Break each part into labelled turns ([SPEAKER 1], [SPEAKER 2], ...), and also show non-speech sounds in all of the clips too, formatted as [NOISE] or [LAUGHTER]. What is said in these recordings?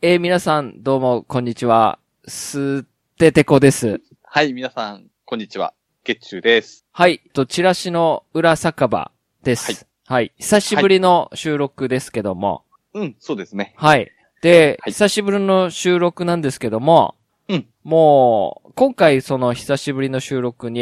[SPEAKER 1] えー皆さん、どうも、こんにちは。すっててこです。
[SPEAKER 2] はい、皆さん、こんにちは。月中です。
[SPEAKER 1] はい、と、チラシの裏酒場です。はい。久しぶりの収録ですけども。
[SPEAKER 2] うん、そうですね。
[SPEAKER 1] はい。で、
[SPEAKER 2] はい
[SPEAKER 1] 久しぶりの収録なんですけども。
[SPEAKER 2] うん
[SPEAKER 1] もう、今回その久しぶりの収録に、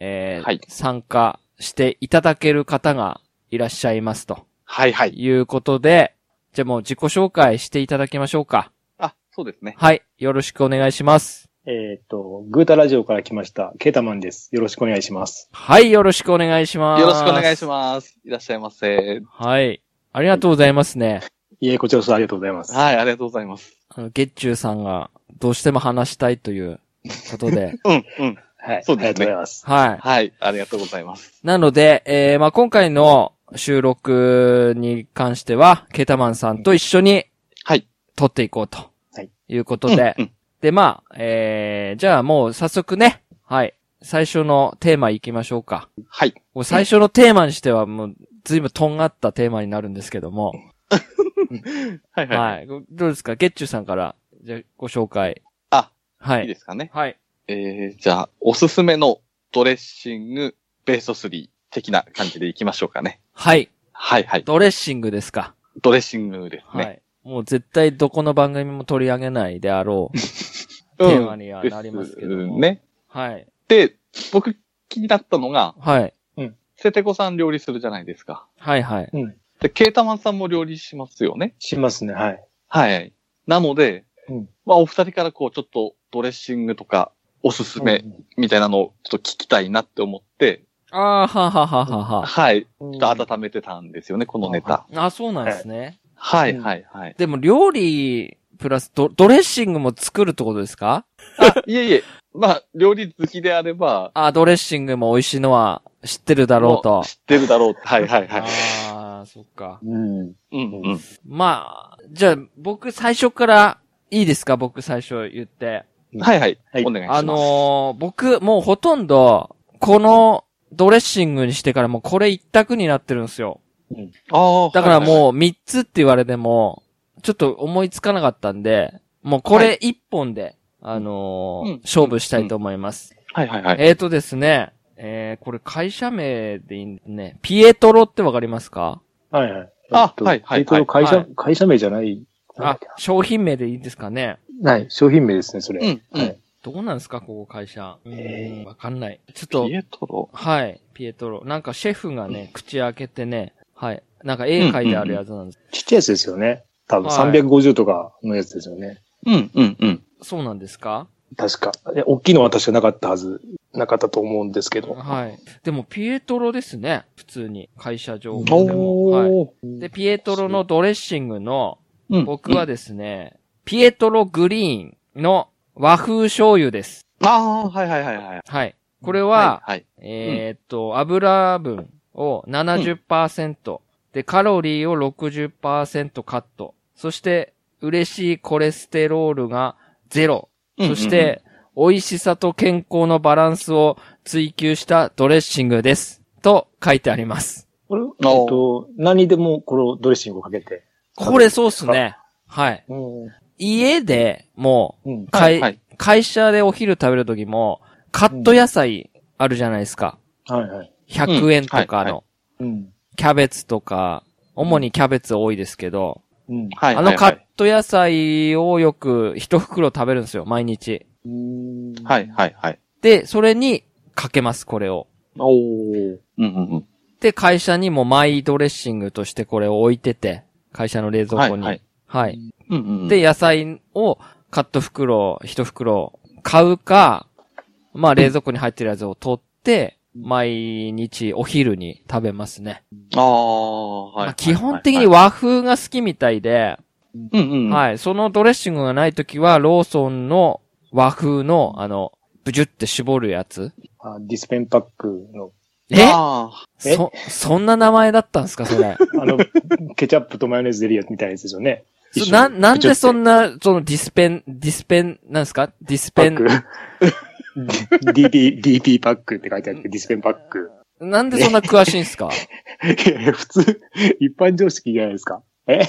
[SPEAKER 1] えー
[SPEAKER 2] はい
[SPEAKER 1] 参加していただける方がいらっしゃいますと
[SPEAKER 2] はいはい。
[SPEAKER 1] いうことで、じゃあもう自己紹介していただきましょうか。
[SPEAKER 2] あ、そうですね。
[SPEAKER 1] はい。よろしくお願いします。
[SPEAKER 3] えっ、と、グータラジオから来ました、ケータマンです。よろしくお願いします。
[SPEAKER 1] はい、よろしくお願いします。
[SPEAKER 2] よろしくお願いします。いらっしゃいませ。
[SPEAKER 1] す。はい。ありがとうございますね。
[SPEAKER 3] いえ、こちらこそありがとうございます。
[SPEAKER 2] はい、ありがとうございます。
[SPEAKER 1] あの、月中さんがどうしても話したいということ
[SPEAKER 2] [LAUGHS]
[SPEAKER 1] で。
[SPEAKER 2] うん、うん。
[SPEAKER 3] はい
[SPEAKER 2] そうですね
[SPEAKER 3] ありがとうございます。
[SPEAKER 1] はい。
[SPEAKER 2] はい、ありがとうございます。
[SPEAKER 1] なので、えー、まあ今回の収録に関しては、ケータマンさんと一緒に
[SPEAKER 2] はい。
[SPEAKER 1] 撮っていこうと。
[SPEAKER 3] はい。
[SPEAKER 1] いうことで。
[SPEAKER 2] うんうん
[SPEAKER 1] で、まあ、えー、じゃあもう早速ね。はい。最初のテーマ行きましょうか。
[SPEAKER 2] はい。
[SPEAKER 1] もう最初のテーマにしてはもう、ずいぶんとんがったテーマになるんですけども。
[SPEAKER 2] はいはい。
[SPEAKER 1] はい。どうですかゲッチュさんから、じゃあご紹介。
[SPEAKER 2] あ、
[SPEAKER 1] はい
[SPEAKER 2] い
[SPEAKER 1] い。
[SPEAKER 2] ですかね。
[SPEAKER 1] はい。
[SPEAKER 2] えー、じゃあ、おすすめのドレッシングベースト3的な感じでいきましょうかね。
[SPEAKER 1] はい。
[SPEAKER 2] はいはい。
[SPEAKER 1] ドレッシングですか。
[SPEAKER 2] ドレッシングです
[SPEAKER 1] は
[SPEAKER 2] ね。
[SPEAKER 1] い。もう絶対どこの番組も取り上げないであろうテ
[SPEAKER 2] うん
[SPEAKER 1] ーマにはなりますけど
[SPEAKER 2] です
[SPEAKER 1] も。。
[SPEAKER 2] ね。
[SPEAKER 1] はい。
[SPEAKER 2] で、僕気になったのが、
[SPEAKER 1] はい。
[SPEAKER 2] セテコさん料理するじゃないですか。
[SPEAKER 1] はいはい。
[SPEAKER 3] うん。
[SPEAKER 2] で、ケータマンさんも料理しますよね。
[SPEAKER 3] しますね、はい。
[SPEAKER 2] はい。なので、
[SPEAKER 3] うん
[SPEAKER 2] まあ、お二人からこう、ちょっとドレッシングとか、おすすめみたいなのをちょっと聞きたいなって思って、
[SPEAKER 1] ああ、ははははは。
[SPEAKER 2] はい。ち
[SPEAKER 3] うん、
[SPEAKER 2] ょっと温めてたんですよね、このネタ。
[SPEAKER 1] あそうなんですね。
[SPEAKER 2] はい、
[SPEAKER 3] うん
[SPEAKER 2] はい、はい。
[SPEAKER 1] でも料理、プラスド、ドレッシングも作るってことですか
[SPEAKER 2] あ、いえいえ、まあ、料理好きであれば、
[SPEAKER 1] ああ、ドレッシングも美味しいのは知ってるだろう
[SPEAKER 2] も
[SPEAKER 1] と
[SPEAKER 2] 知。ってるだろうって。はい、はい、はい。
[SPEAKER 1] ああ、そっか。
[SPEAKER 3] うん。
[SPEAKER 2] うん、うん。
[SPEAKER 1] まあ、じゃあ、僕最初から、いいですか僕最初言って。
[SPEAKER 2] はい、はい
[SPEAKER 3] は。い
[SPEAKER 2] お願いします。
[SPEAKER 1] あのー僕、もうほとんど、このドレッシングにしてからもうこれ一択になってるんですよ。
[SPEAKER 2] あー
[SPEAKER 1] だから
[SPEAKER 2] はいはいはい
[SPEAKER 1] もう3つって言われても、ちょっと思いつかなかったんで、もうこれ1本で、あのー
[SPEAKER 2] うん
[SPEAKER 1] 勝負したいと思います。
[SPEAKER 2] はい、はい、はい。
[SPEAKER 1] えーとですね、えー、これ会社名でいいんだね。ピエトロってわかりますか
[SPEAKER 3] はいはい。
[SPEAKER 2] あ
[SPEAKER 3] えっと
[SPEAKER 2] はいはい
[SPEAKER 3] えっと、会社、
[SPEAKER 1] は
[SPEAKER 3] 会社名じゃない。なんだっ
[SPEAKER 1] あ、商品名でいいんですかね
[SPEAKER 3] けなはい、商品名ですね、それ。
[SPEAKER 2] うん、う
[SPEAKER 3] は
[SPEAKER 2] ん
[SPEAKER 3] い。。
[SPEAKER 1] どうなんですかここ会社。う
[SPEAKER 3] え
[SPEAKER 1] ーんわかんない。ちょっと
[SPEAKER 2] ピ、エトロ。
[SPEAKER 1] はい。ピエトロ。なんかシェフがね、口開けてね、はい。なんか絵描いてあるやつなんです。
[SPEAKER 3] ちっちゃいやつですよね。多分
[SPEAKER 1] はい
[SPEAKER 3] 350とかのやつですよね。
[SPEAKER 2] うん、うん、うん。
[SPEAKER 1] そうなんですか
[SPEAKER 3] 確か。え、大きいのは確かなかったはず、なかったと思うんですけど。
[SPEAKER 1] はい。でも、ピエトロですね。普通に。会社情報でも。
[SPEAKER 2] お
[SPEAKER 1] はい。
[SPEAKER 2] ー。
[SPEAKER 1] で、ピエトロのドレッシングの、
[SPEAKER 2] うん
[SPEAKER 1] 僕は、ですね、ピエトログリーンの和風醤油です。
[SPEAKER 2] うんああ、はい、はい、はい、はい。
[SPEAKER 1] はい。これは、
[SPEAKER 2] はい、
[SPEAKER 1] えーっと、油分を70%、で、カロリーを60%カット。そして、嬉しいコレステロールがゼロ。
[SPEAKER 2] はい。
[SPEAKER 1] そして、美味しさと健康のバランスを追求したドレッシングです。と書いてあります。
[SPEAKER 3] これ、えっと、何でもこのドレッシングをかけて。
[SPEAKER 1] これそうっすね。はい。
[SPEAKER 3] うん。
[SPEAKER 1] 家でも
[SPEAKER 3] うん
[SPEAKER 1] う、。会、
[SPEAKER 2] はい
[SPEAKER 1] 会社でお昼食べるときも、カット野菜あるじゃないですか。
[SPEAKER 3] はいはい。
[SPEAKER 1] 100円とか
[SPEAKER 2] うんはいは
[SPEAKER 1] の、
[SPEAKER 3] うん。
[SPEAKER 1] キャベツとか、主にキャベツ多いですけど、
[SPEAKER 3] うん。
[SPEAKER 2] はい、
[SPEAKER 1] あ
[SPEAKER 2] はい
[SPEAKER 1] の
[SPEAKER 2] は
[SPEAKER 1] カ
[SPEAKER 2] い
[SPEAKER 1] ット野菜をよく一袋食べるんですよ、毎日。
[SPEAKER 3] うん
[SPEAKER 2] はい、はい、はい。
[SPEAKER 1] で、それにかけます、これを。
[SPEAKER 3] おー。
[SPEAKER 2] うん、うん、うん。
[SPEAKER 1] で、会社にもマイドレッシングとしてこれを置いてて、会社の冷蔵庫に。
[SPEAKER 2] は
[SPEAKER 1] はいい、
[SPEAKER 2] うん、うん。
[SPEAKER 1] で、、野菜をカット袋、一袋買うか、まあ冷蔵庫に入ってるやつを取って、毎日お昼に食べますね。
[SPEAKER 2] ああ、はい。
[SPEAKER 1] まあ、基本的に和風が好きみたいで、
[SPEAKER 2] い、うん、うん。い。
[SPEAKER 1] はい。そのドレッシングがないときは、ローソンの和風の、あの、ブジュって絞るやつ。
[SPEAKER 3] あディスペンパックの、
[SPEAKER 1] え
[SPEAKER 2] あ
[SPEAKER 3] え
[SPEAKER 1] そ、そんな名前だったんですか、それ。
[SPEAKER 3] あの、 [LAUGHS] ケチャップとマヨネーズ出るやつみたいなやつですよね。
[SPEAKER 1] そな、なんでそ
[SPEAKER 3] な。
[SPEAKER 1] んな、そのディスペン、ディスペン、なんですかディス
[SPEAKER 3] パ
[SPEAKER 1] ペ
[SPEAKER 3] ック
[SPEAKER 1] ン。。
[SPEAKER 3] DP、DP パックって書いてあるけど、ディスペンパック。
[SPEAKER 1] なんでそんな詳しいんですか
[SPEAKER 3] 普通、一般常識じゃないですか。え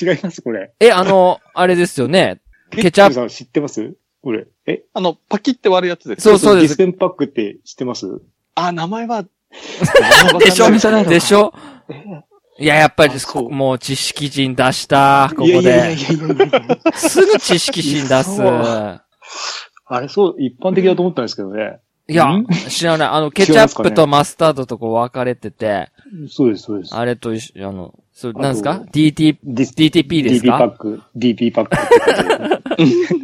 [SPEAKER 3] 違います、これ。
[SPEAKER 1] え、あの、あれですよね。ケチャップ
[SPEAKER 3] ケさん知ってますこれ。え
[SPEAKER 2] あの、パキって割るやつです。
[SPEAKER 1] そうそうで
[SPEAKER 3] ディス
[SPEAKER 1] す。
[SPEAKER 3] ペンパックって知ってます
[SPEAKER 2] あ、名前
[SPEAKER 1] [LAUGHS]
[SPEAKER 2] は、
[SPEAKER 1] でしょ
[SPEAKER 2] 名前わかんない
[SPEAKER 1] でしょいや、やっぱり
[SPEAKER 2] あそう
[SPEAKER 1] もう知識人出した、ここで。
[SPEAKER 3] いやいやいやいやいやいや
[SPEAKER 1] すぐ知識人出す。
[SPEAKER 3] いやあれ、そう、一般的だと思ったんですけどね。
[SPEAKER 1] いや
[SPEAKER 3] ん、
[SPEAKER 1] 知らない。あの、
[SPEAKER 3] [LAUGHS] 違いますか
[SPEAKER 1] ケ
[SPEAKER 3] ね
[SPEAKER 1] チャップとマスタードとこう分かれてて、
[SPEAKER 3] そうです、そうです。
[SPEAKER 1] あれと一緒、あの、そう、
[SPEAKER 3] あと
[SPEAKER 1] なんですか ?DT、
[SPEAKER 3] ディス
[SPEAKER 1] DTP です
[SPEAKER 3] DP パ
[SPEAKER 1] か
[SPEAKER 3] ック、DP パックって感じで
[SPEAKER 1] そう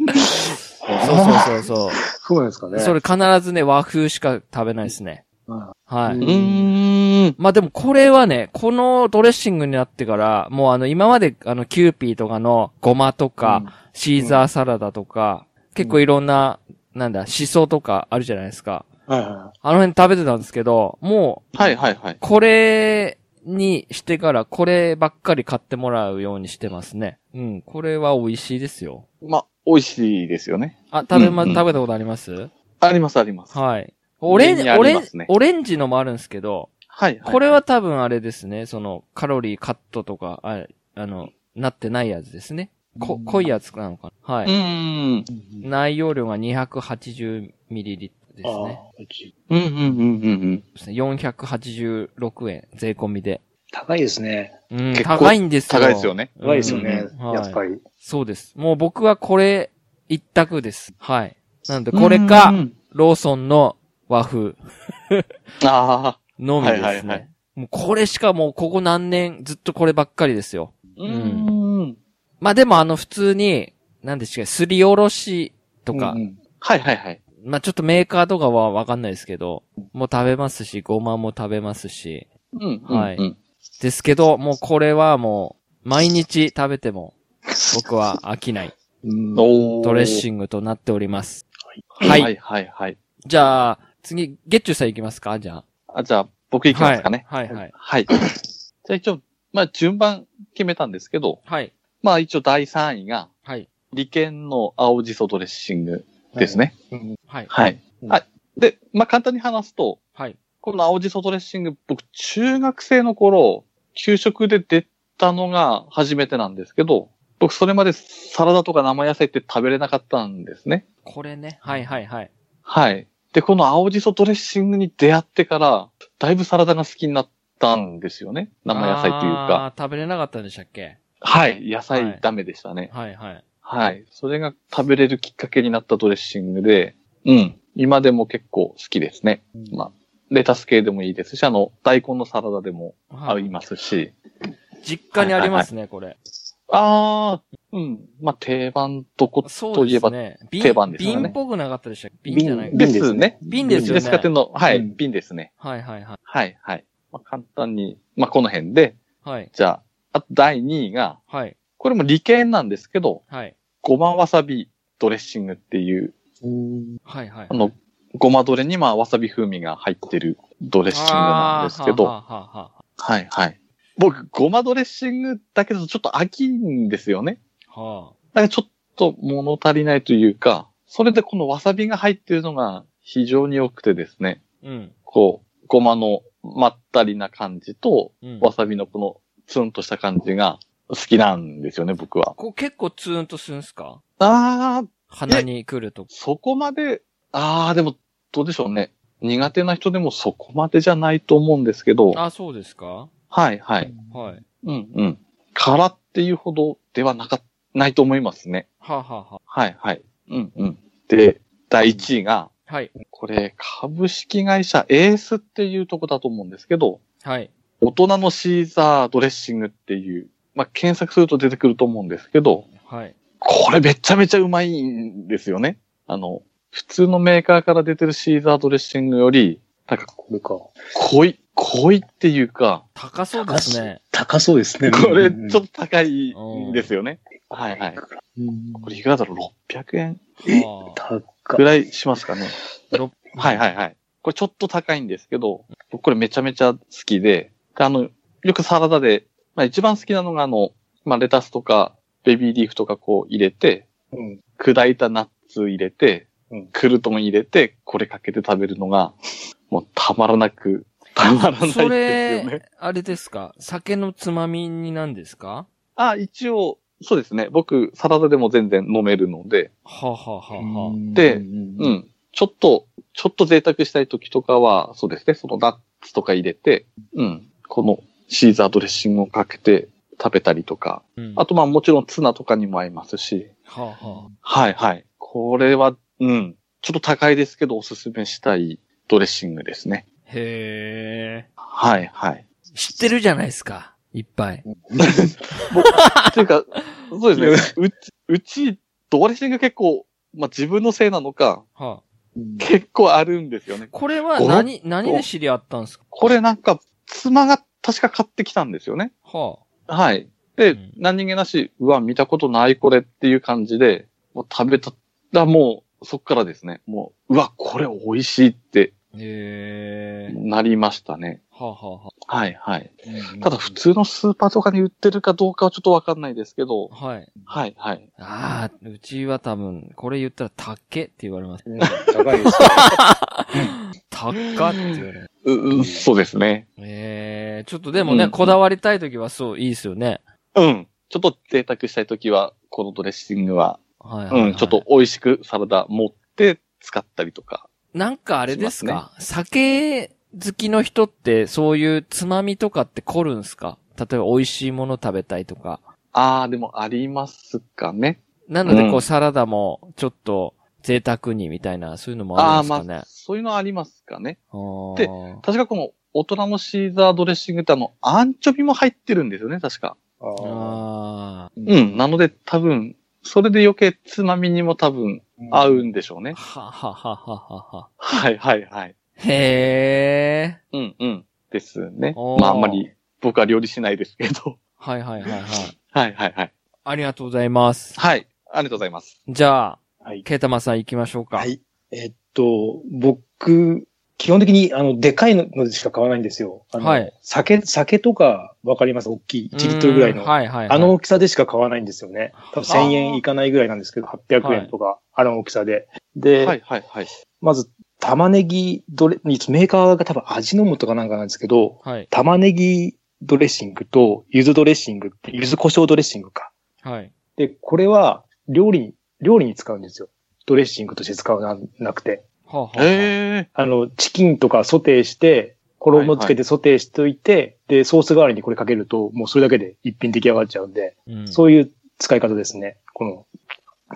[SPEAKER 1] そうそう
[SPEAKER 3] [LAUGHS] そうなんです
[SPEAKER 1] そ
[SPEAKER 3] か
[SPEAKER 1] う。
[SPEAKER 3] ね。
[SPEAKER 1] それ必ずね、和風しか食べないですね。
[SPEAKER 3] うん
[SPEAKER 1] は
[SPEAKER 3] う
[SPEAKER 1] い。
[SPEAKER 2] うーん。
[SPEAKER 1] まあでもこれはね、このドレッシングになってから、もうあの今まであのキューピーとかのごまとか、シーザーサラダとか、結構いろんな、なんだ、シソとかあるじゃないですか。
[SPEAKER 3] はいは
[SPEAKER 1] あの辺食べてたんですけど、もう、
[SPEAKER 2] はいはいはい。
[SPEAKER 1] これにしてからこればっかり買ってもらうようにしてますね。うん、これは美味しいですよ。
[SPEAKER 2] まあ、美味しいですよね。
[SPEAKER 1] あ、食べま、
[SPEAKER 2] うんうん
[SPEAKER 1] 食べたことあります
[SPEAKER 2] ありますあります。
[SPEAKER 1] はい。オレン
[SPEAKER 2] 家
[SPEAKER 1] ジ、
[SPEAKER 2] にあ
[SPEAKER 1] オレ
[SPEAKER 2] り
[SPEAKER 1] ン
[SPEAKER 2] ますね
[SPEAKER 1] オレンジのもあるんですけど、
[SPEAKER 2] はい、はい。
[SPEAKER 1] これは、多分あれですね、その、カロリーカットとか、ああの、なってないやつですね。こ、濃いやつなのかなは
[SPEAKER 2] う
[SPEAKER 1] い。
[SPEAKER 2] ーん。
[SPEAKER 3] い。
[SPEAKER 1] 内容量が 280ml です
[SPEAKER 3] ああ
[SPEAKER 1] ね。
[SPEAKER 3] ー、
[SPEAKER 2] うんうんうんうんうん。
[SPEAKER 1] ですね486円、税込みで。
[SPEAKER 3] 高いですね。
[SPEAKER 1] うん、
[SPEAKER 2] 結構
[SPEAKER 1] 高いんですよ。
[SPEAKER 2] 高いですよね。
[SPEAKER 1] うん。
[SPEAKER 3] 高いですよね。
[SPEAKER 1] うんはい
[SPEAKER 3] やっぱり。
[SPEAKER 1] そうです。もう僕はこれ、一択です。はい。なんで、これか
[SPEAKER 2] う、ん
[SPEAKER 1] ローソンの和風
[SPEAKER 2] ああ。
[SPEAKER 1] のみですね。
[SPEAKER 2] はいはいはい
[SPEAKER 1] もうこれしかもうここ何年ずっとこればっかりですよ。
[SPEAKER 2] うんん。
[SPEAKER 1] まあでもあの普通に、なんで違う、すりおろしとか、
[SPEAKER 3] うんうん
[SPEAKER 2] はいはいはい。
[SPEAKER 1] まあちょっとメーカーとかはわかんないですけど、もう食べますし、ごまも食べますし、
[SPEAKER 2] うんうんうん。
[SPEAKER 1] はいですけど、もうこれはもう、毎日食べても、僕は飽きない
[SPEAKER 3] うん
[SPEAKER 2] お
[SPEAKER 1] ドレッ
[SPEAKER 2] ン
[SPEAKER 1] シングとなっております。
[SPEAKER 2] グ
[SPEAKER 1] は
[SPEAKER 2] はいいはいはい。
[SPEAKER 1] じゃあ、次、ゲッチュさん行きますかじゃあ。
[SPEAKER 2] あ、じゃあ、僕行きますかね。
[SPEAKER 1] はい、はい、はい。
[SPEAKER 2] はい。じゃあ一応、まあ順番決めたんですけど、
[SPEAKER 1] はい、
[SPEAKER 2] まあ一応第3位が、
[SPEAKER 1] はい、
[SPEAKER 2] 利権の青じそドレッシングです。ね。
[SPEAKER 3] うん
[SPEAKER 1] はい、
[SPEAKER 2] はい。
[SPEAKER 3] うん
[SPEAKER 2] はい。で、まあ簡単に話すと、
[SPEAKER 1] はい。
[SPEAKER 2] この青じそドレッシング、僕、中学生の頃、給食で出たのが初めてなんですけど、僕、それまでサラダとか生野菜って食べれなかったんですね。
[SPEAKER 1] これね。はい、はい、はい。
[SPEAKER 2] はい。で、この青じそドレッシングに出会ってから、だいぶサラダが好きになったんですよね。生野菜というか。
[SPEAKER 1] あー。食べれなかったんでしたっけ
[SPEAKER 2] はい。野
[SPEAKER 1] はい
[SPEAKER 2] 菜ダメでしたね。
[SPEAKER 1] はい、はい。
[SPEAKER 2] はい。それが食べれるきっかけになったドレッシングで、うん。今でも結構好きですね。まあ、レタス系でもいいですし、あの、大根のサラダでも合
[SPEAKER 1] はいい、
[SPEAKER 2] ますし。
[SPEAKER 1] 実家にありますね、これ。
[SPEAKER 2] ああ、うん。まあ、定番とこ
[SPEAKER 1] そう
[SPEAKER 2] とい
[SPEAKER 1] で
[SPEAKER 2] え
[SPEAKER 1] す
[SPEAKER 2] ば、
[SPEAKER 1] ね。
[SPEAKER 2] 定番ですよね
[SPEAKER 1] 瓶っぽくなかったでしたっけ瓶じゃない
[SPEAKER 3] 瓶
[SPEAKER 2] ですね。
[SPEAKER 1] 瓶ですよね
[SPEAKER 2] ですかての、はい、
[SPEAKER 3] うん
[SPEAKER 2] 瓶ですね。
[SPEAKER 1] はいはいはい。
[SPEAKER 2] はい、はい。まあ、簡単に、まあ、この辺で、
[SPEAKER 1] はい。
[SPEAKER 2] じゃあ、あと第2位が、
[SPEAKER 1] はい。
[SPEAKER 2] これも理系なんですけど、
[SPEAKER 1] はい。
[SPEAKER 2] ごまわさびドレッシングっていう、
[SPEAKER 3] うん
[SPEAKER 1] はいはい。
[SPEAKER 2] あの、ごまドレにまあ、わさび風味が入ってるドレッシングなんですけ
[SPEAKER 1] あー
[SPEAKER 2] ど、
[SPEAKER 1] はあはあは
[SPEAKER 2] はい、はい。僕、ごまドレッシングだけだとちょっと飽きんですよね。
[SPEAKER 1] あは
[SPEAKER 2] だからちょっと物足りないというか、それでこのわさびが入っているのが非常に良くてですね、
[SPEAKER 1] あ。うん。
[SPEAKER 2] こう、ごまのまったりな感じと、
[SPEAKER 1] うん。
[SPEAKER 2] わさびのこのツンとした感じが好きなんですよね、僕は。
[SPEAKER 1] こう結構ツーンとするんすか
[SPEAKER 2] あー、
[SPEAKER 1] 鼻に来ると。
[SPEAKER 2] そこまで、あー、でもどうでしょうね。苦手な人でもそこまでじゃないと思うんですけど、
[SPEAKER 1] あ、そうですか
[SPEAKER 2] はいはい。
[SPEAKER 1] はい。は
[SPEAKER 2] うんうん。辛っていうほどではなか、ないと思いますね。
[SPEAKER 1] あ、はあは
[SPEAKER 2] はいはい。うんうん。で、第1位が、
[SPEAKER 1] あ、はい。
[SPEAKER 2] これ、株式会社エースっていうとこだと思うんですけど、
[SPEAKER 1] はい。
[SPEAKER 2] 大人のシーザードレッシングっていう、まあ、検索すると出てくると思うんですけど、
[SPEAKER 1] はい。
[SPEAKER 2] これめちゃめちゃうまいんですよね。あの、普通のメーカーから出てるシーザードレッシングより、なんか
[SPEAKER 3] これか。
[SPEAKER 2] 濃い、濃いっていうか、
[SPEAKER 1] 高そうですね。
[SPEAKER 3] 高そうですね。
[SPEAKER 2] これちょっ
[SPEAKER 3] っ
[SPEAKER 2] と高いんですよね。はいはい。これいくらだろう ?600 円
[SPEAKER 1] はあ
[SPEAKER 2] ぐ
[SPEAKER 3] 高
[SPEAKER 2] らいしますかね。
[SPEAKER 1] ろ
[SPEAKER 2] はいはいはい。これちょっと高いんですけど、僕これめちゃめちゃ好きで、であの、よくサラダで、まあ一番好きなのがあの、まあレタスとかベビーリーフとかこう入れて、
[SPEAKER 3] うん
[SPEAKER 2] 砕いたナッツ入れて、
[SPEAKER 3] うん
[SPEAKER 2] クルトン入れて、これかけて食べるのが、もうたまらなく、たまらないです
[SPEAKER 1] そ
[SPEAKER 2] よね。
[SPEAKER 1] れ、あれですか酒のつまみになんですか
[SPEAKER 2] あ、一応、そうですね。僕、サラダでも全然飲めるので、
[SPEAKER 1] はあ、はあはあはあ、
[SPEAKER 2] でう
[SPEAKER 3] うん。
[SPEAKER 2] ん。ちょっと、ちょっと贅沢したい時とかは、そうですね。そのナッツとか入れて、うん。このシーザードレッシングをかけて食べたりとか、
[SPEAKER 1] うん
[SPEAKER 2] あとまあもちろんツナとかにも合いますし、
[SPEAKER 1] はあは
[SPEAKER 2] はいはい。これは、うん。ちょっと高いですけど、おすすめしたいドレッシングですね。
[SPEAKER 1] あ、へえ。
[SPEAKER 2] はいはい。 [LAUGHS]
[SPEAKER 1] 知ってるじゃないですか。いっぱい。
[SPEAKER 2] というか、そうですね。うち、うち、ドレッシング結構、まあ自分のせいなのか、
[SPEAKER 1] はあ、
[SPEAKER 2] 結構あるんですよね。
[SPEAKER 1] これは
[SPEAKER 2] ご
[SPEAKER 1] 何、何で知り合ったんですか
[SPEAKER 2] これなんか、妻が確か買ってきたんですよね。
[SPEAKER 1] は
[SPEAKER 2] はい。で、
[SPEAKER 1] うん
[SPEAKER 2] 何気なし、うわ、見たことないこれっていう感じで、もう食べたらもう、そっからですね、もう、うわ、これ美味しいって
[SPEAKER 1] あ、へえ。
[SPEAKER 2] なりましたね。
[SPEAKER 1] はあ、はあは
[SPEAKER 2] はいはい。
[SPEAKER 3] うん
[SPEAKER 2] ただ普通のスーパーとかに売ってるかどうかはちょっとわかんないですけど、
[SPEAKER 1] あ、はい。
[SPEAKER 2] はいはい。
[SPEAKER 1] ああ、うちは多分、これ言ったら、たっけって言われます。
[SPEAKER 3] うん高
[SPEAKER 1] [LAUGHS]
[SPEAKER 3] いですね。
[SPEAKER 1] たっかって言われます。
[SPEAKER 2] ううそうですね。
[SPEAKER 1] ええちょっとでもね、
[SPEAKER 2] うん
[SPEAKER 1] こだわりたいときはそう、いいですよね。
[SPEAKER 2] うん。ちょっと贅沢したいときは、このドレッシングは、
[SPEAKER 1] はいはい、はい。
[SPEAKER 2] うん、ちょっと。美味しくサラダ持って使ったりとか。
[SPEAKER 1] なんかあれですか酒好きの人って、そういうつまみとかって凝るんすか例えば美味しいもの食べたいとか。
[SPEAKER 2] あー、でもありますかね。
[SPEAKER 1] なので、こう、
[SPEAKER 2] うん
[SPEAKER 1] サラダも、ちょっと、贅沢にみたいな、そういうのもあ
[SPEAKER 2] あ
[SPEAKER 1] るん
[SPEAKER 2] ー、
[SPEAKER 1] ですか
[SPEAKER 2] ま
[SPEAKER 1] ね
[SPEAKER 2] あ、。そういうのはありますかね。
[SPEAKER 1] あー
[SPEAKER 2] で確かこの大人のシーザードレッシングってあの、アンチョビも入ってるんですよね、確か。
[SPEAKER 3] あ
[SPEAKER 1] あ
[SPEAKER 3] ー
[SPEAKER 2] うん。なので多分、それで余計つまみにも多分合うんでしょう
[SPEAKER 1] ー
[SPEAKER 2] ね。
[SPEAKER 1] はははははは。
[SPEAKER 2] はいはいはい。
[SPEAKER 1] へえ。
[SPEAKER 2] うんうん。ですね。
[SPEAKER 1] おー
[SPEAKER 2] まああんまり僕は料理しないですけど。 [LAUGHS]
[SPEAKER 1] はいはいはいはい。
[SPEAKER 2] はいはいはい。
[SPEAKER 1] ありがとうございます。
[SPEAKER 2] はい。ありがとうございます。
[SPEAKER 1] じゃあ、
[SPEAKER 3] はい。
[SPEAKER 1] ケータマさん行きましょうか。
[SPEAKER 3] はい。えっと、僕、基本的に、あの、でかいのでしか買わないんですよ。あの
[SPEAKER 1] はい
[SPEAKER 3] 酒、酒とか、わかります大きい、
[SPEAKER 1] うん。
[SPEAKER 3] 1リットルぐらいの。
[SPEAKER 1] はいはいはい。
[SPEAKER 3] あの大きさでしか買わないんですよね。多分
[SPEAKER 1] あ
[SPEAKER 3] 1000
[SPEAKER 1] ー
[SPEAKER 3] 円いかないぐらいなんですけど、800円とか、あの大きさで。で、
[SPEAKER 2] はいはいはい。
[SPEAKER 3] まず、玉ねぎどれ、メーカーが多分味の素かなんかなんですけど、
[SPEAKER 1] はい。
[SPEAKER 3] 玉ねぎドレッシングと、柚子ドレッシングって、柚子胡椒ドレッシングか。
[SPEAKER 1] はい。
[SPEAKER 3] で、これは、料理に、料理に使うんですよ。ドレッシングとして使うな、なくて。
[SPEAKER 1] はあはあはあ。
[SPEAKER 2] ええ
[SPEAKER 3] あの、チキンとかソテーして、衣つけてソテーしておいて、で、ソース代わりにこれかけると、もうそれだけで一品出来上がっちゃうんで、
[SPEAKER 1] うん
[SPEAKER 3] そういう使い方ですね。この、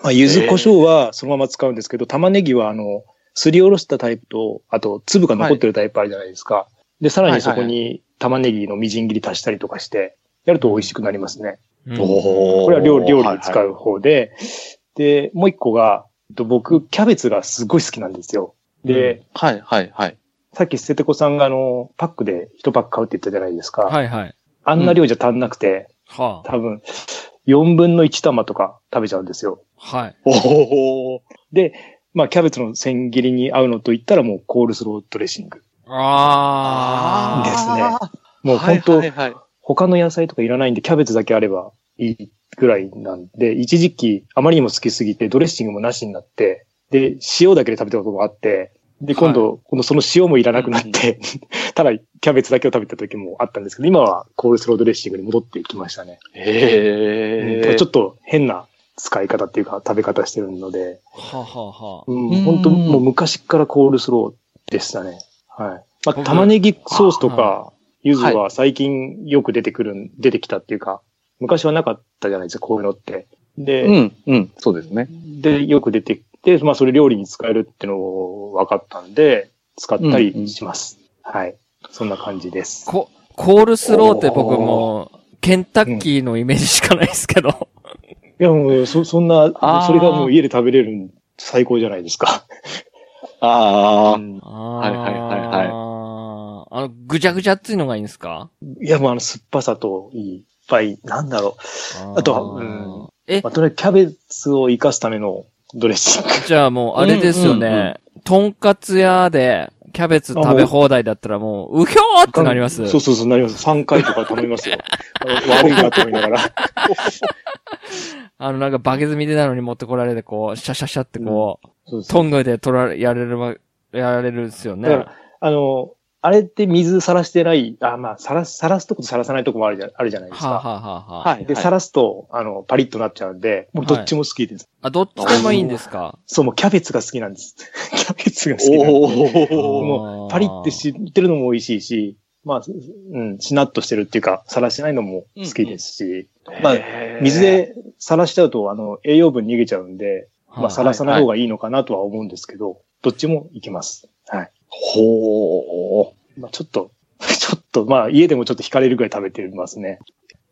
[SPEAKER 3] まあ、柚子胡椒はそのまま使うんですけど、玉ねぎはあの、すりおろしたタイプと、あと粒が残ってるタイプあるじゃないですか。で、さらにそこに玉ねぎのみじん切り足したりとかして、やると美味しくなりますね。
[SPEAKER 1] うん
[SPEAKER 2] おー
[SPEAKER 3] これは料料理に使
[SPEAKER 2] はいは
[SPEAKER 3] う方で、で、もう一個が、えっと僕、キャベツがすごい好きなんですよ。
[SPEAKER 1] う
[SPEAKER 3] で、
[SPEAKER 2] いはいはい。
[SPEAKER 3] さっき捨ててこさんがあの、パックで1パック買うって言ったじゃないですか。
[SPEAKER 1] はいはい。
[SPEAKER 3] あんな量じゃ足んなくて、
[SPEAKER 1] はあ。
[SPEAKER 3] 多分、4分の1玉とか食べちゃうんですよ。
[SPEAKER 1] はい。
[SPEAKER 2] おお。
[SPEAKER 3] で、まあ、キャベツの千切りに合うのと言ったらもうコールスロードレッシング。
[SPEAKER 1] あ
[SPEAKER 3] です
[SPEAKER 1] あ。
[SPEAKER 3] ねもう本当、
[SPEAKER 2] はいはいはい。
[SPEAKER 3] 他の野菜とかいらないんで、キャベツだけあればいいぐらいなんで、一時期あまりにも好きすぎて、ドレッシングもなしになって、で、塩だけで食べたこともあって、で、今度、今度その塩もいらなくなって、 [LAUGHS] ただキャベツだけを食べた時もあったんですけど、今はコールスロードレッシングに戻っていきましたね。うん
[SPEAKER 2] え
[SPEAKER 3] た
[SPEAKER 2] え
[SPEAKER 3] だちょっと変な使い方っていうか食べ方してるので、
[SPEAKER 1] はあはあはあ。
[SPEAKER 3] う、
[SPEAKER 2] うんん
[SPEAKER 3] 本当もう昔っからコールスローでしたね。はい。まあ、玉ねぎソースとか、柚子は最近よく出てくるん、出てきたっていうか、昔はなかったじゃないですか、こういうのって。で、
[SPEAKER 2] うん、うん、そうですね。
[SPEAKER 3] で、よく出てきて、まあ、それ料理に使えるってのを分かったんで、使ったりします。はい。そんな感じです。
[SPEAKER 1] こ、コールスローって僕も、ケンタッキーのイメージしかないですけど。
[SPEAKER 3] いや、もう、そ、そんな
[SPEAKER 2] あ、ー
[SPEAKER 3] それがもう家で食べれる最高じゃないですか。
[SPEAKER 2] ああ、
[SPEAKER 3] うん
[SPEAKER 1] はい
[SPEAKER 2] はいはいはい
[SPEAKER 1] あの、ぐちゃぐちゃっていうのがいいんですか
[SPEAKER 3] いや、もうあの、酸っぱさといっぱい、なんだろう。
[SPEAKER 1] あ
[SPEAKER 3] あとは
[SPEAKER 1] ー
[SPEAKER 3] うん
[SPEAKER 1] え
[SPEAKER 3] ま、あ、とりあえずキャベツを生かすためのドレッシング。
[SPEAKER 1] じゃあもう、あれですよ
[SPEAKER 2] うんうんうん
[SPEAKER 1] ね。とんかつ屋で、キャベツ食べ放題だったらもう、うひょーってなります。
[SPEAKER 3] [LAUGHS] そうそうそう、なります。3回とか頼みます [LAUGHS] よ。あの悪いなと思いながら。
[SPEAKER 1] あの、なんかバケツみてなのに持ってこられて、こう、シャシャシャってこう、
[SPEAKER 3] そうそう
[SPEAKER 1] トングで取られ、やれるわ、やられるんですよ
[SPEAKER 3] だか
[SPEAKER 1] ね。
[SPEAKER 3] らあの、あれって水さらしてない、あ、まあ、さらす、さらすとことさらさないとこもあるじゃ、あるじゃないです
[SPEAKER 1] はあ、
[SPEAKER 3] か。
[SPEAKER 1] はあはあはあ、
[SPEAKER 2] はい。
[SPEAKER 3] で、
[SPEAKER 2] はい
[SPEAKER 3] さらすと、あの、パリッとなっちゃうんで、僕どっちも好きです。
[SPEAKER 1] あ、どっちでもいいんですか
[SPEAKER 3] そう、もうキャベツが好きなんです。 [LAUGHS] キャベツが好きなんで
[SPEAKER 2] おー
[SPEAKER 3] もパリッてしてるのも美味しいし、まあ、うん、しなっとしてるっていうか、さらしてないのも好きですし、まあ、
[SPEAKER 2] へー
[SPEAKER 3] 水、でさらしちゃうと、あの、栄養分逃げちゃうんで、まあ、さらさない方がいいのかなとは思うんですけど、どっちもいきます。はい。
[SPEAKER 2] ほー。
[SPEAKER 3] まあ、ちょっと、 [LAUGHS] ちょっと、まあ、家でもちょっと惹かれるぐらい食べてますね。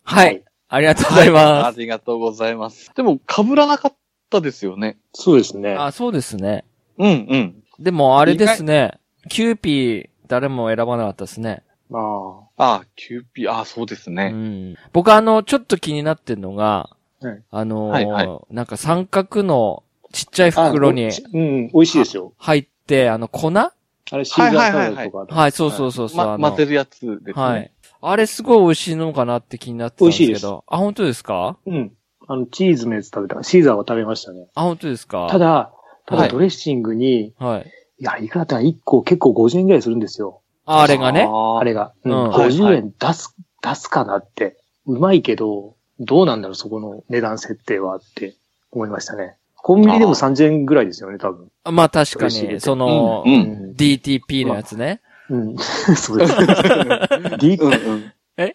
[SPEAKER 1] はい。ありがとうござい
[SPEAKER 2] あ
[SPEAKER 1] ま
[SPEAKER 2] りがとうございます。でも、被らなかったですよね。
[SPEAKER 3] そうですね
[SPEAKER 1] す。。あ、そうですね。
[SPEAKER 2] うんうん。
[SPEAKER 1] でも、あれですね。キューピー、誰も選ばなかったですね。
[SPEAKER 3] まあ、
[SPEAKER 2] ああ、キューピー、ああ、そうです
[SPEAKER 1] う
[SPEAKER 2] ね。
[SPEAKER 1] ん。僕、あの、ちょっと気になってんのが、
[SPEAKER 3] はい
[SPEAKER 1] あのー
[SPEAKER 2] はいは
[SPEAKER 1] なんか三角のちっちゃい袋に
[SPEAKER 3] あうん、美味しいですよ。
[SPEAKER 1] 入って、あの、粉は
[SPEAKER 3] あれ、シーザーサラダとか。
[SPEAKER 1] い、そうそうそうそう。あ
[SPEAKER 2] ま、
[SPEAKER 1] の
[SPEAKER 2] 混ぜるやつですね。
[SPEAKER 1] はい。あれすごい美味しいのかなって気になってたんですけど。
[SPEAKER 3] 美味しい
[SPEAKER 1] あ、本当ですか
[SPEAKER 3] うん。あの、チーズのやつ食べた。シーザーは食べましたね。
[SPEAKER 1] あ、本当ですか
[SPEAKER 3] た、だ、た
[SPEAKER 1] は
[SPEAKER 3] だ
[SPEAKER 1] い
[SPEAKER 3] ドレッシングに、
[SPEAKER 1] はい。
[SPEAKER 3] い、や、いくらだったら1個結構50円ぐらいするんですよ。
[SPEAKER 1] ああれがね。
[SPEAKER 2] あ
[SPEAKER 3] あ
[SPEAKER 2] あれ。
[SPEAKER 3] れが。う
[SPEAKER 1] うん
[SPEAKER 3] ん。50円出す、出すかなって。うまいけど、どうなんだろう、そこの値段設定はって思いましたね。コンビニでも30円ぐらいですよね、多分。
[SPEAKER 1] あまあ確か
[SPEAKER 3] 美味しいで
[SPEAKER 1] に、
[SPEAKER 3] す
[SPEAKER 1] その、
[SPEAKER 2] うんうん
[SPEAKER 3] ん。
[SPEAKER 1] DTP のやつね。
[SPEAKER 3] うん。 [LAUGHS] そうです。
[SPEAKER 2] う
[SPEAKER 3] D、
[SPEAKER 2] んうん。
[SPEAKER 3] ディ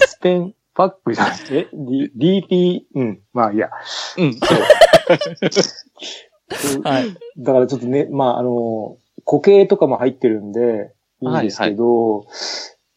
[SPEAKER 3] スペンパックじゃなくて、D、DP、うん。まあ、いいや。
[SPEAKER 2] うん。
[SPEAKER 1] はい。
[SPEAKER 3] だからちょっとね、まあ、あの、固形とかも入ってるんで、いいんですけど、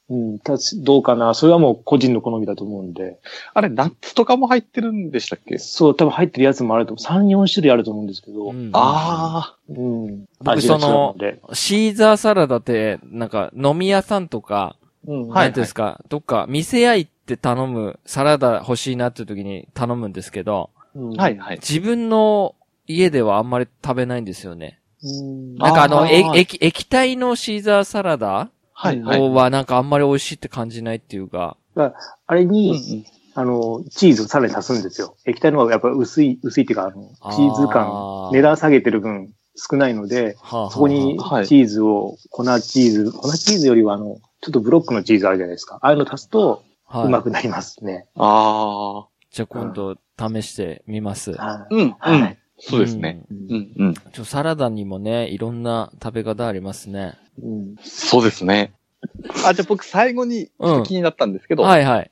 [SPEAKER 3] うん、たしどうかな。それはもう個人の好みだと思うんで。
[SPEAKER 2] あれ、ナッツとかも入ってるんでしたっけ
[SPEAKER 3] そう、多分入ってるやつもあると思う。3、4種類あると思うんですけど、
[SPEAKER 1] うん
[SPEAKER 2] あ
[SPEAKER 3] うん。
[SPEAKER 1] 僕
[SPEAKER 3] 味が違うので。
[SPEAKER 1] シーザーサラダって、なんか、飲み屋さんとか、
[SPEAKER 3] うん。
[SPEAKER 2] はい
[SPEAKER 1] なんていうんですか、どっか、店屋行って頼む、サラダ欲しいなっていう時に頼むんですけど、
[SPEAKER 3] うん
[SPEAKER 2] あ。はい。はい。
[SPEAKER 1] 自分の家ではあんまり食べないんですよね。
[SPEAKER 3] うん
[SPEAKER 1] なんかあの、
[SPEAKER 2] あ
[SPEAKER 1] え
[SPEAKER 2] ー
[SPEAKER 1] 液、液体のシーザーサラダ
[SPEAKER 2] はい。はい。うん
[SPEAKER 1] はなんかあんまり美味しいって感じないっていうか、
[SPEAKER 3] あれ
[SPEAKER 2] う
[SPEAKER 3] に、
[SPEAKER 2] ん。
[SPEAKER 3] あの、チーズをさらに足すんですよ。液体の方がやっぱ薄い、薄いっていうか、あの
[SPEAKER 1] あー
[SPEAKER 3] チーズ感、値段下げてる分少ないので、
[SPEAKER 1] はあはあ
[SPEAKER 3] そこに
[SPEAKER 2] はい
[SPEAKER 3] チーズを、粉チーズ、粉チーズよりはあの、ちょっとブロックのチーズあるじゃないですか。ああいうの足すと、
[SPEAKER 1] は
[SPEAKER 3] う
[SPEAKER 1] い
[SPEAKER 3] まくなりますね。
[SPEAKER 2] ああ。
[SPEAKER 1] じゃあ今度試してみます。
[SPEAKER 3] は
[SPEAKER 2] うん。うん。
[SPEAKER 3] い。はい
[SPEAKER 2] そうですね。
[SPEAKER 3] うん
[SPEAKER 2] うん。うん。
[SPEAKER 1] うん。ちょサラダにもね、いろんな食べ方ありますね。
[SPEAKER 3] うん
[SPEAKER 2] そうですね。あ、じゃあ僕最後に
[SPEAKER 1] うん
[SPEAKER 2] 気になったんですけど、
[SPEAKER 1] はいはい。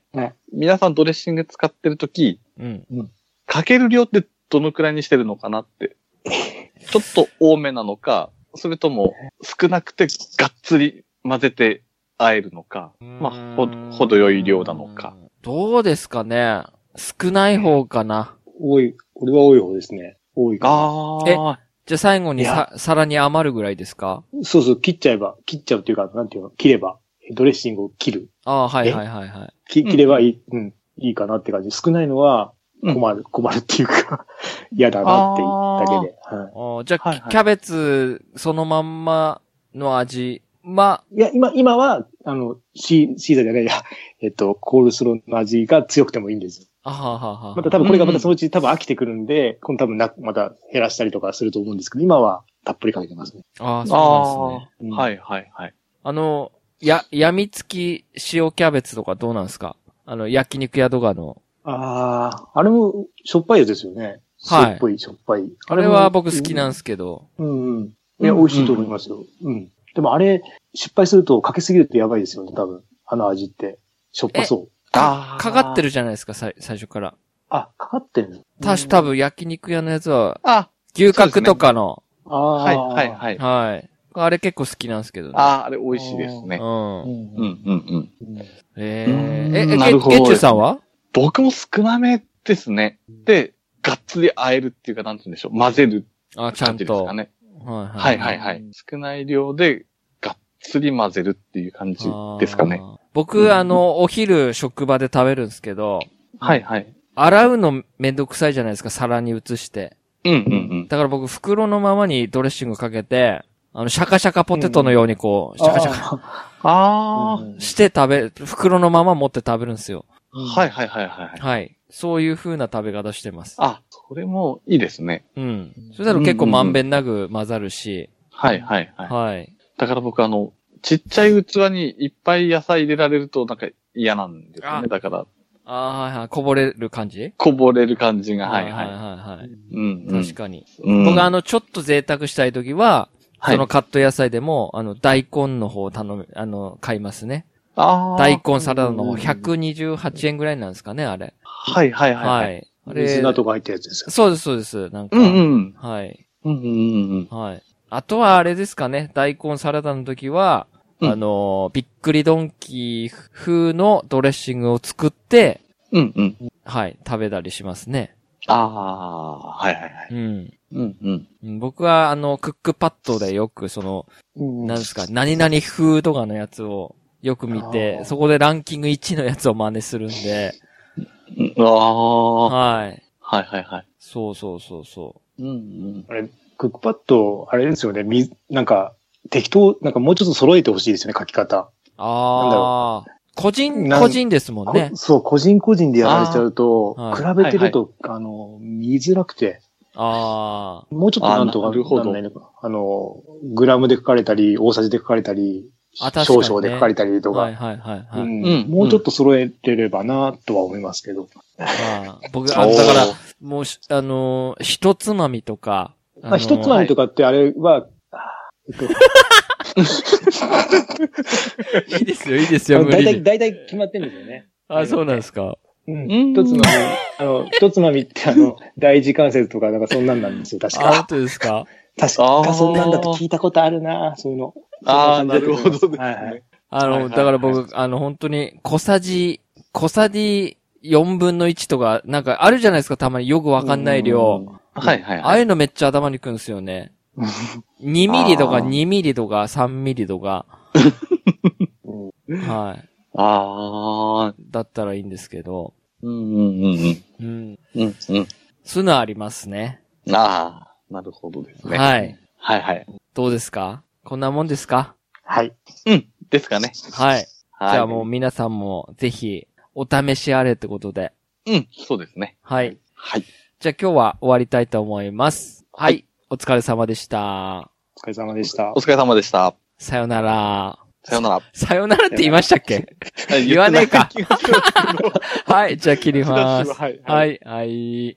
[SPEAKER 2] 皆さんドレッシング使ってるとき、
[SPEAKER 1] うん。
[SPEAKER 2] かける量ってどのくらいにしてるのかなって。ちょっと多めなのか、それとも少なくてがっつり混ぜて和えるのか。まあほ程よい量なのか。
[SPEAKER 1] どうですかね少ない方かな。
[SPEAKER 3] 多い、これは多い方ですね。多いかな。
[SPEAKER 2] ああ。
[SPEAKER 1] じゃあ最後にさ、皿に余るぐらいですか
[SPEAKER 3] そうそう、切っちゃえば、切っちゃうっていうか、なんていうの、切れば、ドレッシングを切る。
[SPEAKER 1] ああー、はいはいはいはい。
[SPEAKER 3] き
[SPEAKER 2] うん
[SPEAKER 3] 切ればいい、うん、いいかなって感じ。少ないのは
[SPEAKER 2] うん
[SPEAKER 3] 困る、困るっていうか、 [LAUGHS] 嫌だなって言ったけで。は
[SPEAKER 1] あーじゃあ、
[SPEAKER 2] はいはい
[SPEAKER 1] キャベツそのまんまの味は、
[SPEAKER 3] い、いや、今、今は、あの、シー、シーザーじゃないや、えっと、コールスローの味が強くてもいいんですよ。
[SPEAKER 1] あはははは。
[SPEAKER 3] また多分これがまたそのうち多分飽きてくるんで、今度多分な、また減らしたりとかすると思うんですけど、今はたっぷりかけてますね。
[SPEAKER 1] ああ、そうなんですね
[SPEAKER 2] あ。
[SPEAKER 3] うん
[SPEAKER 2] あ。はいはいはい。
[SPEAKER 1] あの、や、やみつき塩キャベツとかどうなんですかあの、焼肉屋とかの。
[SPEAKER 3] ああ、あれもしょっぱいやつですよね。
[SPEAKER 1] はい
[SPEAKER 3] しょっぱい、しょっぱい。
[SPEAKER 1] あれは僕好きなんですけど。
[SPEAKER 3] うんうん。いや、美味しいと思いますよ。うん。でもあれ、失敗するとかけすぎるとやばいですよね、多分。あの味って。しょっぱそう。
[SPEAKER 2] あー
[SPEAKER 1] かかってるじゃないですか、最最初から。
[SPEAKER 3] あ、かかってんの
[SPEAKER 1] たし、多分焼肉屋のやつは、
[SPEAKER 2] あ、
[SPEAKER 1] 牛角とかの。
[SPEAKER 3] ああ。。
[SPEAKER 2] はいはいはい。あ
[SPEAKER 1] はい。あれ結構好きなんですけどね。
[SPEAKER 2] あー、あれ美味しいです
[SPEAKER 1] う
[SPEAKER 2] ね。
[SPEAKER 1] ん。
[SPEAKER 2] うんんうんうん。
[SPEAKER 1] え
[SPEAKER 2] う
[SPEAKER 1] ー、
[SPEAKER 2] ん
[SPEAKER 1] え、え、ゲ
[SPEAKER 2] なる
[SPEAKER 1] ッ
[SPEAKER 2] ほど
[SPEAKER 1] ゲッチュさんは
[SPEAKER 2] 僕も少なめですね。で、がっつり和えるっていうか、なんて言うんでしょう。混ぜる
[SPEAKER 1] あ、ちゃ
[SPEAKER 2] 感
[SPEAKER 1] ん
[SPEAKER 2] じです
[SPEAKER 1] と。
[SPEAKER 2] かね。
[SPEAKER 1] はい
[SPEAKER 2] はいはいはい。少ない量で、がっつり混ぜるっていう感じですかね。
[SPEAKER 1] あー。
[SPEAKER 2] うん
[SPEAKER 1] 僕、あの、お昼職場で食べるんですけど、
[SPEAKER 2] はいはい。
[SPEAKER 1] 洗うのめんどくさいじゃないですか、皿に移して。
[SPEAKER 2] うんうん
[SPEAKER 1] だから僕、袋のままにドレッシングかけて、あの、シャカシャカポテトのようにこう、シャカシャカ
[SPEAKER 3] カ。。
[SPEAKER 2] あー
[SPEAKER 1] して食べ、袋のまま持って食べるんですよ。
[SPEAKER 2] うん。はいいはいはいはい。
[SPEAKER 1] はい。そういう風な食べ方してます。
[SPEAKER 2] あ、それもいいですね。
[SPEAKER 1] うん。それだと結構まんべんなく混ざるし、
[SPEAKER 2] はいはいはい。
[SPEAKER 1] はい。
[SPEAKER 2] だから僕あの、ちっちゃい器にいっぱい野菜入れられるとなんか嫌なんですよ
[SPEAKER 1] あ
[SPEAKER 2] ね。だから、
[SPEAKER 1] ああー、はいはい。こぼれる感じ
[SPEAKER 2] こぼれる感じが、はい
[SPEAKER 1] は
[SPEAKER 2] はい
[SPEAKER 1] はいはい。
[SPEAKER 2] い。うん、うん。
[SPEAKER 1] 確かに。
[SPEAKER 2] うん
[SPEAKER 1] 僕あの、ちょっと贅沢したいときは、
[SPEAKER 2] はい
[SPEAKER 1] そのカット野菜でも、あの、大根の方を頼む、あの、買いますね。
[SPEAKER 2] あー
[SPEAKER 1] 大根サラダの
[SPEAKER 3] う
[SPEAKER 1] 方、
[SPEAKER 3] ん
[SPEAKER 1] 128円ぐらいなんですかね、あれ。
[SPEAKER 2] はいはいはい。。
[SPEAKER 1] はいい。あれ
[SPEAKER 3] 水菜とか入ったやつですよ。
[SPEAKER 1] そうです、そうです。なんか。
[SPEAKER 2] うんうん。
[SPEAKER 1] はい。
[SPEAKER 2] うんうんうん。
[SPEAKER 1] はい。あとはあれですかね、大根サラダの時は、
[SPEAKER 2] うん
[SPEAKER 1] あのー、びっくりドンキー風のドレッシングを作って、
[SPEAKER 2] うんうん。
[SPEAKER 1] はい、食べたりしますね。
[SPEAKER 2] ああ、はいはいはい。
[SPEAKER 1] うん。
[SPEAKER 2] うんうん。
[SPEAKER 1] うん僕は、あの、クックパッドでよく、その、なんですか、何々風とかのやつをよく見
[SPEAKER 3] あ
[SPEAKER 1] て、
[SPEAKER 3] ー
[SPEAKER 1] そこでランキング1のやつを真似するんで、
[SPEAKER 2] うんああー、
[SPEAKER 1] はい。
[SPEAKER 2] はいはいはい。
[SPEAKER 1] そうそうそうそ
[SPEAKER 2] うんうん。
[SPEAKER 3] クックパッド、あれですよね、み、なんか、適当、なんかもうちょっと揃えてほしいですよね、書き方。
[SPEAKER 1] う。ああ、個人、
[SPEAKER 3] なん
[SPEAKER 1] 個人ですもんね
[SPEAKER 3] こ。そう、個人個人でやられちゃうと、
[SPEAKER 1] あー
[SPEAKER 3] 比べてると、あの、見づらくて、
[SPEAKER 1] あ
[SPEAKER 3] もうちょっとなんと
[SPEAKER 2] あー
[SPEAKER 3] か
[SPEAKER 2] なるほど
[SPEAKER 3] なんないのか。あの、グラムで書かれたり、大さじで書かれたり、
[SPEAKER 1] あ確か
[SPEAKER 3] 少
[SPEAKER 1] にね
[SPEAKER 3] 々で書かれたり
[SPEAKER 1] あ、
[SPEAKER 3] とか、
[SPEAKER 1] はいはいはい、はい。
[SPEAKER 3] うん
[SPEAKER 2] うん
[SPEAKER 3] もうちょっと揃えてればなとは思いますけど。
[SPEAKER 1] まあ、僕、あの、
[SPEAKER 2] おー
[SPEAKER 1] だから、もうし、あのー、ひとつまみとか。あ
[SPEAKER 3] まあ、
[SPEAKER 1] のー
[SPEAKER 3] 一つまみとかってあれは、
[SPEAKER 1] いいですよ、いいですよ、
[SPEAKER 3] 大
[SPEAKER 1] 無理
[SPEAKER 3] 体、
[SPEAKER 1] に。
[SPEAKER 3] 大体決まってるんですよね。
[SPEAKER 1] あ、そうなんですか。
[SPEAKER 3] うん
[SPEAKER 2] うん
[SPEAKER 3] 一つまみ、あの、一つまみってあの、第一関節とかなんかそんなんなんですよ、確
[SPEAKER 1] あ、本
[SPEAKER 3] か。
[SPEAKER 1] 当ですか。
[SPEAKER 3] 確
[SPEAKER 2] あー
[SPEAKER 3] かそんなんだと聞いたことあるなそういうの。
[SPEAKER 2] ああ、
[SPEAKER 3] そん
[SPEAKER 2] な
[SPEAKER 3] 感じ
[SPEAKER 2] る
[SPEAKER 3] だ
[SPEAKER 2] ほ
[SPEAKER 3] と思
[SPEAKER 2] どで
[SPEAKER 3] います
[SPEAKER 2] す
[SPEAKER 3] はいはい
[SPEAKER 2] ね。
[SPEAKER 1] あ
[SPEAKER 2] はいはい
[SPEAKER 1] の、
[SPEAKER 2] はい
[SPEAKER 1] だから僕、あの、本当に、小さじ、小さじ4分の1とか、なんかあるじゃないですか、たまによくわかんない量。
[SPEAKER 2] はいはい
[SPEAKER 1] ああ
[SPEAKER 2] はい。
[SPEAKER 1] いうのめっちゃ頭にくるんですよね。2ミリとか
[SPEAKER 2] あー
[SPEAKER 1] 2ミリとか3ミリとか。
[SPEAKER 3] うん。
[SPEAKER 1] はい。
[SPEAKER 2] ああ、
[SPEAKER 1] だったらいいんですけど。
[SPEAKER 2] うんうんうんうん。
[SPEAKER 1] うん。
[SPEAKER 2] うんうん。
[SPEAKER 1] そういうのはありますね。
[SPEAKER 2] ああ、なるほどですね。
[SPEAKER 1] は。い。
[SPEAKER 2] はいはい。
[SPEAKER 1] どうですかこんなもんですか
[SPEAKER 3] はい。
[SPEAKER 2] うん。ですかね。
[SPEAKER 1] はい。
[SPEAKER 2] はい。
[SPEAKER 1] じゃあもう皆さんもぜひお試しあれってことで。
[SPEAKER 2] う。うん。そうですね。
[SPEAKER 1] はい。
[SPEAKER 2] はい。
[SPEAKER 1] じゃあ今日は終わりたいと思います。は。
[SPEAKER 2] はい
[SPEAKER 1] お疲れ様でした。
[SPEAKER 3] お疲れ様でした
[SPEAKER 2] お。疲れ様でした。
[SPEAKER 1] さよなら。
[SPEAKER 2] さよな
[SPEAKER 1] さよならって言いましたっ [LAUGHS] け [LAUGHS]
[SPEAKER 2] ら。
[SPEAKER 1] 言わねえか
[SPEAKER 2] 言ってない気がしますけど
[SPEAKER 1] [LAUGHS] はい。じゃあ切ります。
[SPEAKER 2] はい
[SPEAKER 1] はい。はい。